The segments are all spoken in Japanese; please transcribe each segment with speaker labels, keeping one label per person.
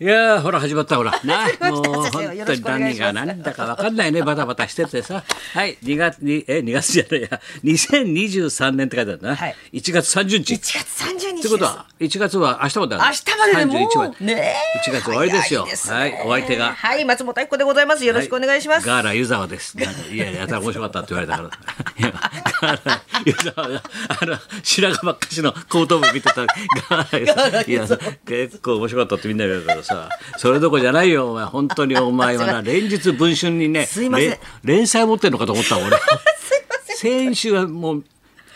Speaker 1: いやーほら始まったほ らなもう
Speaker 2: 先生
Speaker 1: 本
Speaker 2: よ
Speaker 1: 当
Speaker 2: ろ
Speaker 1: に
Speaker 2: しくお願い
Speaker 1: 何
Speaker 2: し
Speaker 1: が
Speaker 2: ます
Speaker 1: 何だか分かんないねバタバタしててさはい2月にえ2月じゃないや2023年って書いてあるな、
Speaker 2: はい
Speaker 1: 1月30日
Speaker 2: 1月30日
Speaker 1: っ
Speaker 2: で
Speaker 1: て
Speaker 2: す
Speaker 1: ことは1月は明日まである
Speaker 2: 明日まででもう
Speaker 1: 31まで、
Speaker 2: ね
Speaker 1: 1月終わりですよ
Speaker 2: 早ね
Speaker 1: はいお相手が
Speaker 2: はい松本明子でございますよろしくお願いします、
Speaker 1: ガーラ湯沢です。なんかいやいや、やたら面白かったって言われたから。いやガーラ湯沢が、あの、白髪ばっかしの後頭部見てた。ガーラ湯沢。いや、結構面白かったってみんな言われたからさ、それどころじゃないよ、お前。本当にお前 はな、連日文春にね、
Speaker 2: すいません
Speaker 1: れ連載持ってんのかと思ったもん俺。先週はもう、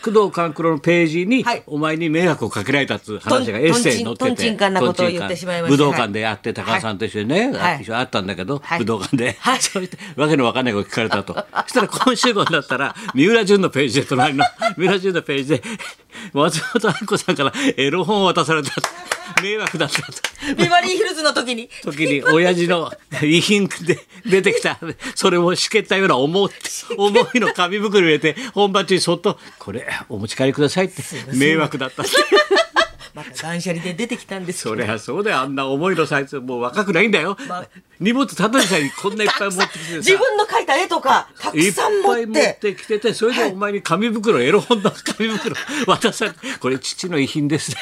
Speaker 1: 工藤官九郎のページに、
Speaker 2: はい
Speaker 1: お前に迷惑をかけられたっていう話が
Speaker 2: とん
Speaker 1: エッセイに載ってて
Speaker 2: とんちんかんなことを言ってしまいました
Speaker 1: とんちんかん武道館でやって高橋さんと一緒にね、
Speaker 2: はい
Speaker 1: 一緒に会ったんだけど、
Speaker 2: はい
Speaker 1: 武道館で、そうしてわけのわかんないこと聞かれたとそしたら今週号になったら三浦淳のページで隣 の三浦淳のページで松本明子さんからエロ本を渡されたと迷惑だったと。
Speaker 2: ビバリーヒルズの時に
Speaker 1: 時に親父の遺品で出てきたそれをしけったような重 い重いの紙袋に入れて本番中にそっと「これお持ち帰りください」って迷惑だったって
Speaker 2: また断捨離で出てきたんです
Speaker 1: そりゃそうだよあんな重いのサイズもう若くないんだよ、
Speaker 2: まあ
Speaker 1: 荷物ただでさえこんないっぱい持ってきて
Speaker 2: 自
Speaker 1: さ
Speaker 2: 分の描いた絵とかたく
Speaker 1: いっ
Speaker 2: さん持
Speaker 1: ぱ
Speaker 2: って
Speaker 1: い持ってきててそれでお前に紙袋エロ本の紙袋 渡されてこれ父の遺品ですね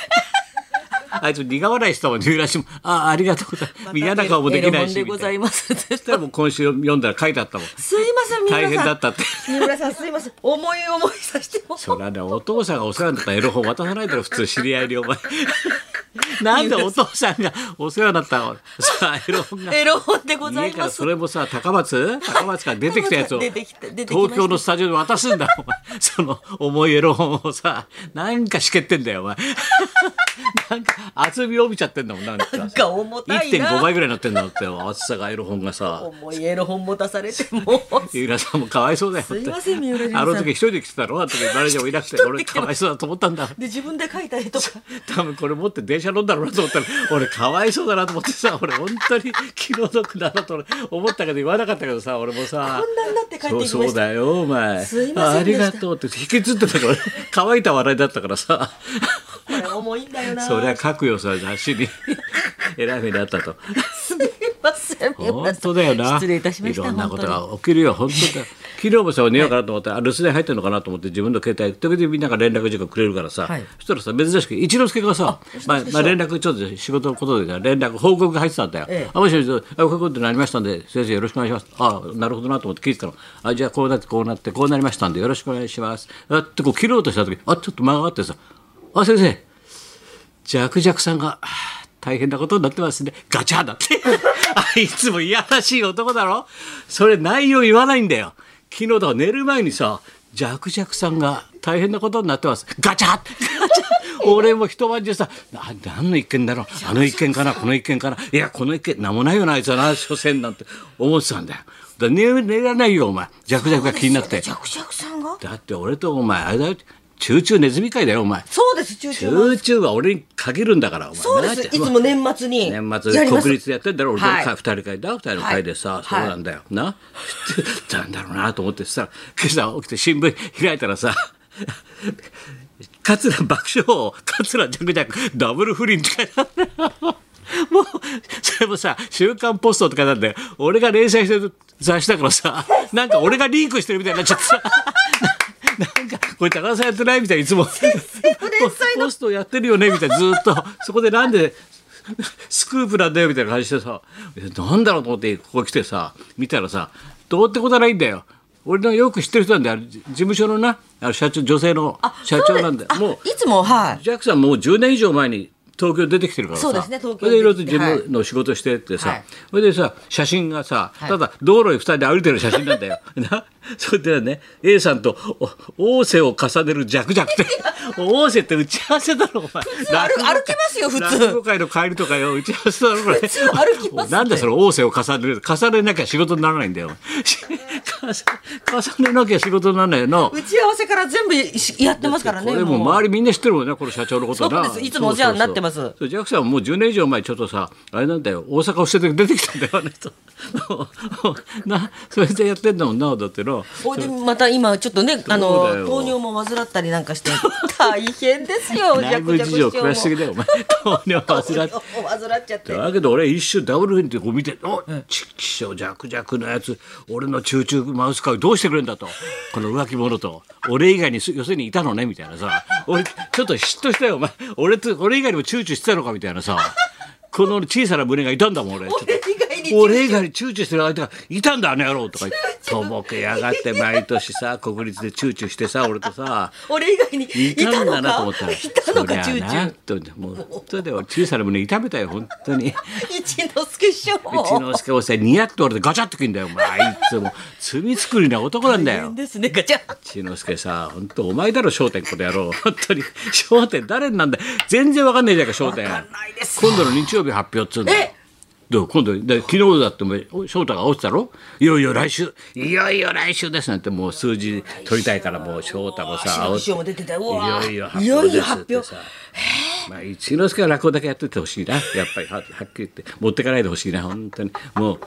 Speaker 1: あいつ苦笑いしたもん三浦氏もああありがとうございます嫌な顔もできないし
Speaker 2: エロ本で
Speaker 1: み
Speaker 2: ご
Speaker 1: た
Speaker 2: ざ
Speaker 1: いない
Speaker 2: ますすい
Speaker 1: そしたらもう今週読んだら書いてあったもん
Speaker 2: ません三浦さ
Speaker 1: 大
Speaker 2: ん
Speaker 1: 変だ ったって
Speaker 2: 三浦さんすいません思い思いさせても
Speaker 1: そりゃねお父さんがお世話になったエロ本渡さないだろ普通知り合いにお 前なんでお父さんがお世話になったのさあエロ本が
Speaker 2: エロ本でござ
Speaker 1: 家
Speaker 2: い
Speaker 1: から
Speaker 2: ます
Speaker 1: それもさ高松高松から出てきたやつを
Speaker 2: 出てきた出てきました
Speaker 1: 東京のスタジオに渡すんだお前その重いエロ本をさなんかしけってんだよお前 なんか厚みを帯びちゃってんだもんなんか
Speaker 2: なんか重たいな
Speaker 1: 1.5倍ぐらいになってんだって厚さがエロ本がさ
Speaker 2: 重いエロ本持たされて もう
Speaker 1: 三浦さんもかわいそうだよ
Speaker 2: すいません三浦淳さん
Speaker 1: あの時一人で来てたろあの時誰でもいなくて
Speaker 2: 一人
Speaker 1: 俺
Speaker 2: で来て
Speaker 1: かわいそうだと思ったんだ
Speaker 2: で自分で描いた絵とか
Speaker 1: 多分これ持って電車乗んだろうなと思ったら俺かわいそうだなと思ってさ俺本当に気の毒だなと思ったけど言わなかったけどさ俺もさ
Speaker 2: こんなになって帰ってき
Speaker 1: そ
Speaker 2: ま
Speaker 1: うそ
Speaker 2: した
Speaker 1: うだよお前
Speaker 2: すいませんでした
Speaker 1: ありがとうって引きずってたから乾いた笑いだったからさ
Speaker 2: これ重いんだよな
Speaker 1: そりゃ書くよさ雑誌に 偉い目にあったと
Speaker 2: すみません三浦
Speaker 1: 本
Speaker 2: さん
Speaker 1: 当だよな
Speaker 2: 失礼いたしました
Speaker 1: ろんなこと
Speaker 2: 本
Speaker 1: が起きるよ本 当だ昨日もさ寝ようかなと思って、あ留守電入ってるのかなと思って自分の携帯時々みんなが連絡時間くれるからさ、
Speaker 2: はい
Speaker 1: そしたらさ珍しく一之輔がさまあまあ、連絡ちょっと仕事のことでさ連絡報告が入ってたんだよ「
Speaker 2: ええ
Speaker 1: あもしもしあこういうことになりましたんで先生よろしくお願いします」あなるほどなと思って聞いてたの「あじゃあこうなってこうなってこうなりましたんでよろしくお願いします」あってこう切ろうとした時あちょっと間があってさ「あ先生ジャクジャクさんがはあ大変なことになってますね。ガチャだって。 あいつもいやらしい男だろそれ内容言わないんだよ。昨日だから寝る前にさ、ジャクジャクさんが大変なことになってます。ガチャガチャ俺も一晩中さ、あ何の一件だろうあの一件かなこの一件かないや、この一件、なんもないよな、あいつはな、所詮なんて思ってたんだよ。だから寝寝られないよ、お前。ジャクジャクが気になって
Speaker 2: ジ。ャクジャクさんが
Speaker 1: だって俺とお前、あれだよ。チューチューネズミ会だよ、お前。
Speaker 2: そうです中
Speaker 1: チ
Speaker 2: 中
Speaker 1: ューチューは俺に限るんだから、お前。
Speaker 2: そうで
Speaker 1: なあ
Speaker 2: す
Speaker 1: ち
Speaker 2: い
Speaker 1: ゃん
Speaker 2: つも年末に
Speaker 1: 年
Speaker 2: や
Speaker 1: 末
Speaker 2: ります
Speaker 1: 国立でやってんだろ俺と
Speaker 2: はい
Speaker 1: 二人会だ二人の会でさ、
Speaker 2: はい
Speaker 1: そうなんだよ、な なんだろうなと思ってさ今朝起きて新聞開いたらさ 桂爆笑桂ジャクジャクダブル不倫って書いてある もうそれもさ「週刊ポスト」とかなんだよ俺が連載してる雑誌だからさなんか俺がリークしてるみたいになっちゃってさなんかこれ高田さんやってないみたいいつも
Speaker 2: 連載
Speaker 1: ポストやってるよねみたいなずーっとそこでなんでスクープなんだよみたいな感じでさえなんだろうと思ってここ来てさ見たらさどうってことはないんだよ俺のよく知ってる人なんだよあれ事務所のなあの社長女性の社長なんだよ
Speaker 2: あ
Speaker 1: もう
Speaker 2: いつもはい
Speaker 1: ジャックさんもう10年以上前に東京出てきてるからさ
Speaker 2: そうですね東京
Speaker 1: それでいろいろと
Speaker 2: 出て
Speaker 1: 自
Speaker 2: きて
Speaker 1: 分の仕事してってさ、
Speaker 2: はい
Speaker 1: それでさ写真がさ、
Speaker 2: はい
Speaker 1: ただ道路に2人で歩いてる写真なんだよ なそれでね A さんとお王政を重ねるジャクジャクって 王政って打ち合わせだろお前
Speaker 2: 歩
Speaker 1: 落語会
Speaker 2: 歩きますよ普通
Speaker 1: 落語会の帰りとかよ打ち合わせだ ろこれ
Speaker 2: 普通歩きますって
Speaker 1: なんだその王政を重ねる重ねなきゃ仕事にならないんだよか 重ねなきゃ仕事にならないよな
Speaker 2: 打ち合わせから全部やってますからね。
Speaker 1: これもう
Speaker 2: もう
Speaker 1: 周りみんな知ってるもんねこの社長のことな
Speaker 2: そうですいつもお世話になってます
Speaker 1: そうそうそうそう JAXA はもう10年以上前ちょっとさあれなんだよ大阪を捨てて出てきたんだよあの人なそれでやってんだもんなだってな
Speaker 2: おでまた今ちょっとねあ
Speaker 1: そう
Speaker 2: の
Speaker 1: だよ
Speaker 2: 糖尿も患ったりなん かして大変ですよ。
Speaker 1: 内部事情詳しすぎだよお前糖尿
Speaker 2: 患
Speaker 1: 患っ
Speaker 2: っ 患っちゃって。
Speaker 1: だけど俺一瞬ダブルヘンってこう見て「おちっきしょう弱弱のやつ俺のチューチューマウスカウどうしてくれんだ」と「この浮気者と俺以外にす要するにいたのね」みたいなさ俺ちょっと嫉妬したよお前俺と俺以外にもチューチューしてたのかみたいなさこの小さな胸がいたんだもん俺ちょっと
Speaker 2: 俺以外に
Speaker 1: 俺以外にチューチューしてる相手がいたんだあの野郎とか言ってとぼけやがって毎年さ国立でチューチューしてさ俺とさ
Speaker 2: 俺以外にい
Speaker 1: いた
Speaker 2: た
Speaker 1: ん
Speaker 2: の
Speaker 1: だ
Speaker 2: か
Speaker 1: なと思ったら
Speaker 2: いたの
Speaker 1: そ
Speaker 2: かチュ
Speaker 1: り
Speaker 2: ー
Speaker 1: ゃ
Speaker 2: チュー
Speaker 1: なともうそれでは小さな胸痛めたよ本当に。
Speaker 2: 一之輔師匠
Speaker 1: 一之輔おっさんニヤッと俺でガチャってくんだよお前あいつも罪作りな男なんだ
Speaker 2: 大変
Speaker 1: よ
Speaker 2: ですねガチャ
Speaker 1: 一之輔さ本当お前だろ焦点この野郎本当に焦点誰なんだよ全然わかんないじゃないか焦点
Speaker 2: わかんないです
Speaker 1: 今度の日曜日発表っつうんだよ
Speaker 2: え
Speaker 1: どう今度で昨日だってお前お翔太が落ちたろいよいよ来週いよいよ来週ですなんてもう数字取りたいからもう翔太もさ
Speaker 2: 篠
Speaker 1: 煽
Speaker 2: 田
Speaker 1: っ
Speaker 2: 師匠も出てたようわ
Speaker 1: いよいよ発
Speaker 2: いよ
Speaker 1: 表
Speaker 2: い
Speaker 1: ですっ
Speaker 2: よ発
Speaker 1: て
Speaker 2: 表
Speaker 1: さ。まあ、一之輔は落語だけやっててほしいな。やっぱりは、はっきり言って、持ってかないでほしいな、本当に。もう、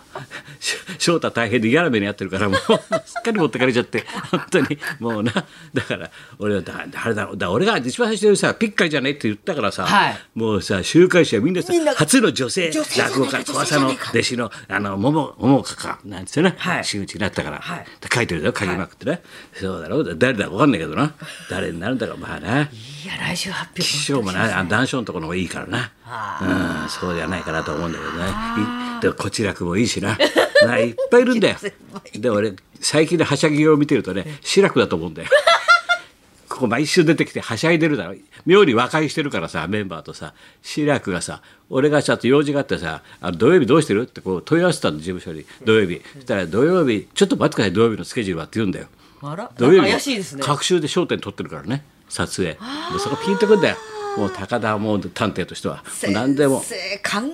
Speaker 1: し翔太大変で嫌な目に遭ってるから、もう、すっかり持ってかれちゃって、本当に、もうな。だから、俺は、だ、誰だろう、だ俺が一番最初にさ、ピッカリじゃねって言ったからさ、
Speaker 2: はい
Speaker 1: もうさ、週刊誌はみんなさ、
Speaker 2: みんな
Speaker 1: 初の女性
Speaker 2: 女性じゃない
Speaker 1: 落
Speaker 2: か
Speaker 1: 語家、小朝の
Speaker 2: 女性じゃないか
Speaker 1: 弟子の、あの、桃、桃香か、なんつってね、
Speaker 2: はい
Speaker 1: 真打ちになったから、
Speaker 2: はい
Speaker 1: 書いてるよ、書きまくってね。そうだろう、誰だかわかんないけどな。誰になるんだか、まあな。
Speaker 2: いや来週発表
Speaker 1: 師匠もな、あ談笑のところの方がいいからな。うん、そうじゃないかなと思うんだけどね。いでも、こちらくもいいしな。 ないっぱいいるんだよ。で、俺、最近のはしゃぎを見てるとね、志らくだと思うんだよ。 ここ毎週出てきてはしゃいでるだろ妙に和解してるからさメンバーとさ志らくがさ俺がちょっと用事があってさ「あの土曜日どうしてる?」ってこう問い合わせたの事務所に土曜日そしたら「土曜日ちょっと待ってください土曜日のスケジュールは」って言うんだよ。
Speaker 2: あら
Speaker 1: 土曜日
Speaker 2: 怪しいですね
Speaker 1: 隔週で焦点取ってるからね撮影でそこピンとくんだよもう高田も探偵としてはもう何でも
Speaker 2: 先生考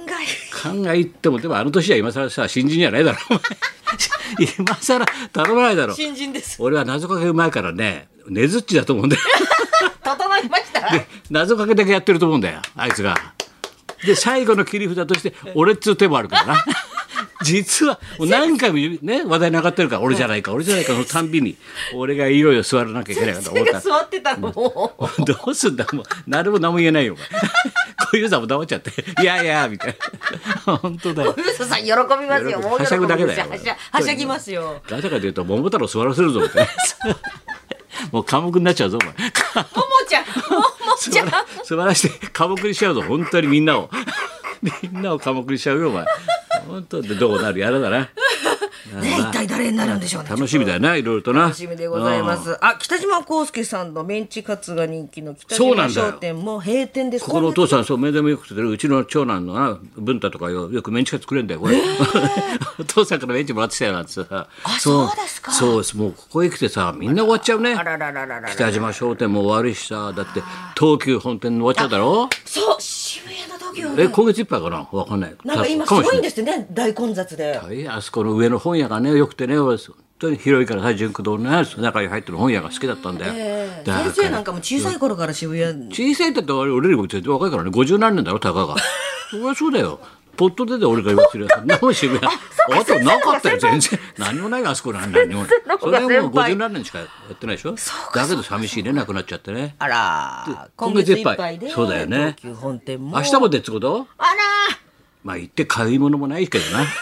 Speaker 2: え
Speaker 1: 考えってもでもあの年は今更さ新人じゃないだろお前今更頼まないだろ
Speaker 2: 新人です
Speaker 1: 俺は謎かけうまいからねねずっちだと思うんだよ
Speaker 2: 整いました
Speaker 1: 謎かけだけやってると思うんだよあいつがで最後の切り札として俺っつう手もあるからな実はもう何回も言うね話題に上がってるから俺じゃないか俺じゃないかそのたんびに俺がいよいよ座らなきゃいけないかと思
Speaker 2: 先
Speaker 1: った
Speaker 2: 生が座ってたのも う
Speaker 1: どうすんだもう誰も何も言えないよお前 小遊三も黙っちゃって「いやいや」みたいな本当だよ
Speaker 2: 小遊三さん喜びますよ
Speaker 1: はしゃぐだけだよ
Speaker 2: 大喜びですはしゃはしゃぎますよ
Speaker 1: ガチャガチャ言うと「桃太郎座らせるぞ」みた いなもう寡黙になっちゃうぞお前
Speaker 2: ももちゃんももちゃん
Speaker 1: 素晴らしい寡黙にしちゃうぞ本当にみんなをみんなを寡黙にしちゃうよお前本当でどうなるやらだな
Speaker 2: ね一体誰になるんでしょうね
Speaker 1: 楽しみだよないろいろとな楽
Speaker 2: 楽しみでございます。あ、北島康介さんのメンチカツが人気の北
Speaker 1: そうな
Speaker 2: 島
Speaker 1: んだよ
Speaker 2: 商店も閉店です。
Speaker 1: ここのお父さんそう目でもよくてるうちの長男のな文太とかよよくメンチカツくれんだよこれ、 お父さんからメンチもらってきたよなんてさ
Speaker 2: あそうですか
Speaker 1: そうですもうここへ来てさみんな終わっちゃうね
Speaker 2: あらららららら。
Speaker 1: 北島商店も終わるしさだって東急本店も終わっちゃうだろ
Speaker 2: そう、渋谷の時
Speaker 1: え
Speaker 2: は。
Speaker 1: 今月いっぱいかなわかんない
Speaker 2: なんか今す
Speaker 1: かもし
Speaker 2: ごい
Speaker 1: れ
Speaker 2: ん
Speaker 1: ない
Speaker 2: ですね、大混雑で。
Speaker 1: はいあそこの上の本屋がねよくてね俺本当に広いからさ純駆堂のね中に入ってる本屋が好きだったんだよ、
Speaker 2: ええ
Speaker 1: だから
Speaker 2: 先生なんかも小さい頃から渋谷。
Speaker 1: 小さいって言ったら俺よりも全然若いからね50何年だろたかがそりゃそうだよポットでで俺が言わせるやつ何も渋谷あとなかったよ全然何もないよあそこなん何も
Speaker 2: の
Speaker 1: そ
Speaker 2: 方
Speaker 1: れは
Speaker 2: が
Speaker 1: もう
Speaker 2: 先輩
Speaker 1: 50何年しかやってないでしょだけど寂しいねなくなっちゃってね
Speaker 2: あら、
Speaker 1: 今
Speaker 2: 今
Speaker 1: 月
Speaker 2: 月
Speaker 1: い
Speaker 2: い
Speaker 1: っ
Speaker 2: っ
Speaker 1: ぱい
Speaker 2: ぱいで。
Speaker 1: そうだよね
Speaker 2: 東急本店も。
Speaker 1: 明日もでってこと
Speaker 2: あら。
Speaker 1: まあ行って買い物もないけどな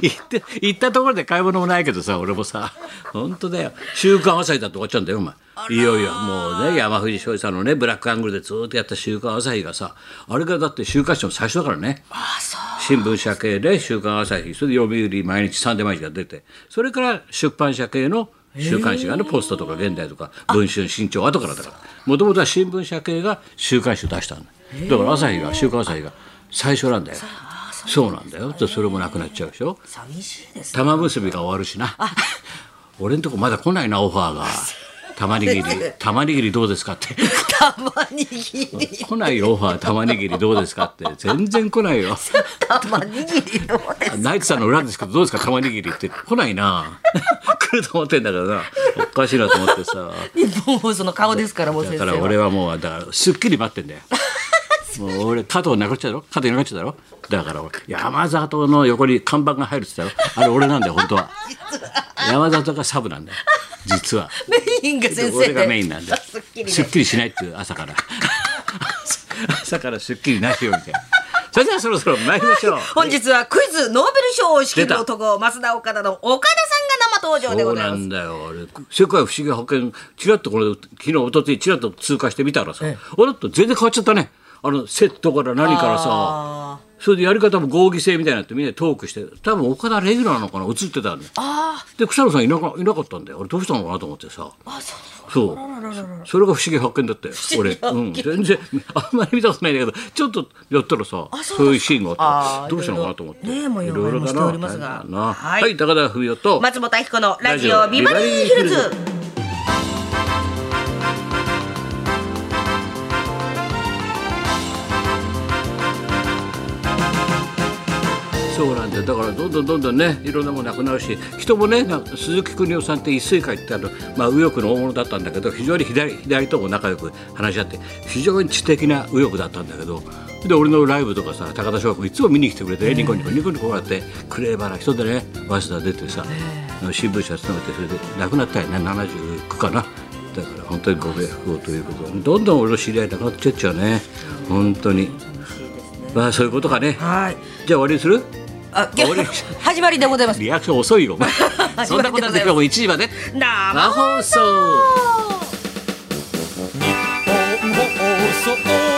Speaker 1: 行って行ったところで買い物もないけどさ俺もさ本当だよ「週刊朝日」だって終わっちゃうんだよお前いよいよもうね山藤翔士さんのねブラックアングルでずっとやった「週刊朝日」がさあれがだって週刊誌の最初だからね
Speaker 2: あ、そう。
Speaker 1: 新聞社系で「週刊朝日」それで読売毎日サンデー毎日が出てそれから出版社系の週刊誌がね、ポストとか現代とか文春新潮後からだからもともとは新聞社系が週刊誌を出したんだだから朝日が週刊朝日が最初なんだよそうなんだよでそれもなくなっちゃうでしょ
Speaker 2: 寂しいですね。
Speaker 1: 玉結びが終わるしな俺んとこまだ来ないなオファーが玉ねぎり玉ねぎりどうですかって
Speaker 2: 玉ねぎり
Speaker 1: 来ないよオファー玉ねぎりどうですかって全然来ないよ
Speaker 2: 玉ね ぎりどうです
Speaker 1: ナイツさんの裏ですけどどうですか玉ねぎりって来ないな 来ると思ってんだからなおかしいなと思って さ
Speaker 2: もうその顔ですからもう
Speaker 1: だ
Speaker 2: 先
Speaker 1: か
Speaker 2: 生
Speaker 1: ら
Speaker 2: は
Speaker 1: 俺はもうだからすっきり待ってんだ よもう俺加藤なくなっちゃうだろ加藤いなくなっちゃうだろだから俺山里の横に看板が入るって言ったろあれ俺なんだよ本当は山里がサブなんだよ実は
Speaker 2: メインが先生
Speaker 1: 俺がメインなんだよ
Speaker 2: すっきり
Speaker 1: すっきりしないっていう朝 から朝からすっきりなしよみたいなそれではそろそろ参りまし ょう
Speaker 2: 本日はクイズノーベル賞を仕切る男増田岡田の岡田さんが生登場で
Speaker 1: そ
Speaker 2: ご
Speaker 1: う
Speaker 2: ざい
Speaker 1: な
Speaker 2: ます
Speaker 1: んだよ俺世界不思議発見ちらっとこれ昨日一昨日ちらっと通過してみたらさ、あれと全然変わっちゃったねあのセットから何からさそれでやり方も合議制みたいになってみんなでトークして多分岡田レギュラーなのかな映ってたのよで草野さんいなかいなかったんだよ俺どうしたのかなと思ってさそうそそれが不思議発見だったよ俺、うん、全然あんまり見たことないんだけどちょっとやったらさそういうシーンがあっ
Speaker 2: あー
Speaker 1: てどうしたのかなと思って
Speaker 2: いろいろねえもう
Speaker 1: いろいろだ
Speaker 2: してお
Speaker 1: な
Speaker 2: りますが
Speaker 1: 大変だなは、
Speaker 2: はいい
Speaker 1: 高田文夫と
Speaker 2: 松本明子のラジオビバリーヒルズ
Speaker 1: そうなんだよだからどんどんどんどんねいろんなものなくなるし人もねなんか鈴木邦夫さんって一水会ってあの、まあ、右翼の大物だったんだけど非常に左左とも仲良く話し合って非常に知的な右翼だったんだけどで俺のライブとかさ高田翔君いつも見に来てくれて、ニコニコニコニコ笑ってクレーバーな人でね早稲田出てさ、新聞社勤めてそれで亡くなったよね79かな。だから本当にご冥福をということでどんどん俺の知り合いなくなっちゃっちゃうね本当に、まあそういうことかね
Speaker 2: はい
Speaker 1: じゃあ終わりにする
Speaker 2: あ
Speaker 1: 終わり
Speaker 2: 始まりでございます
Speaker 1: リアクション遅い よ、お前
Speaker 2: まりでございます
Speaker 1: そんなことはで今日も1時まで
Speaker 2: 生
Speaker 1: 生放送
Speaker 3: 放送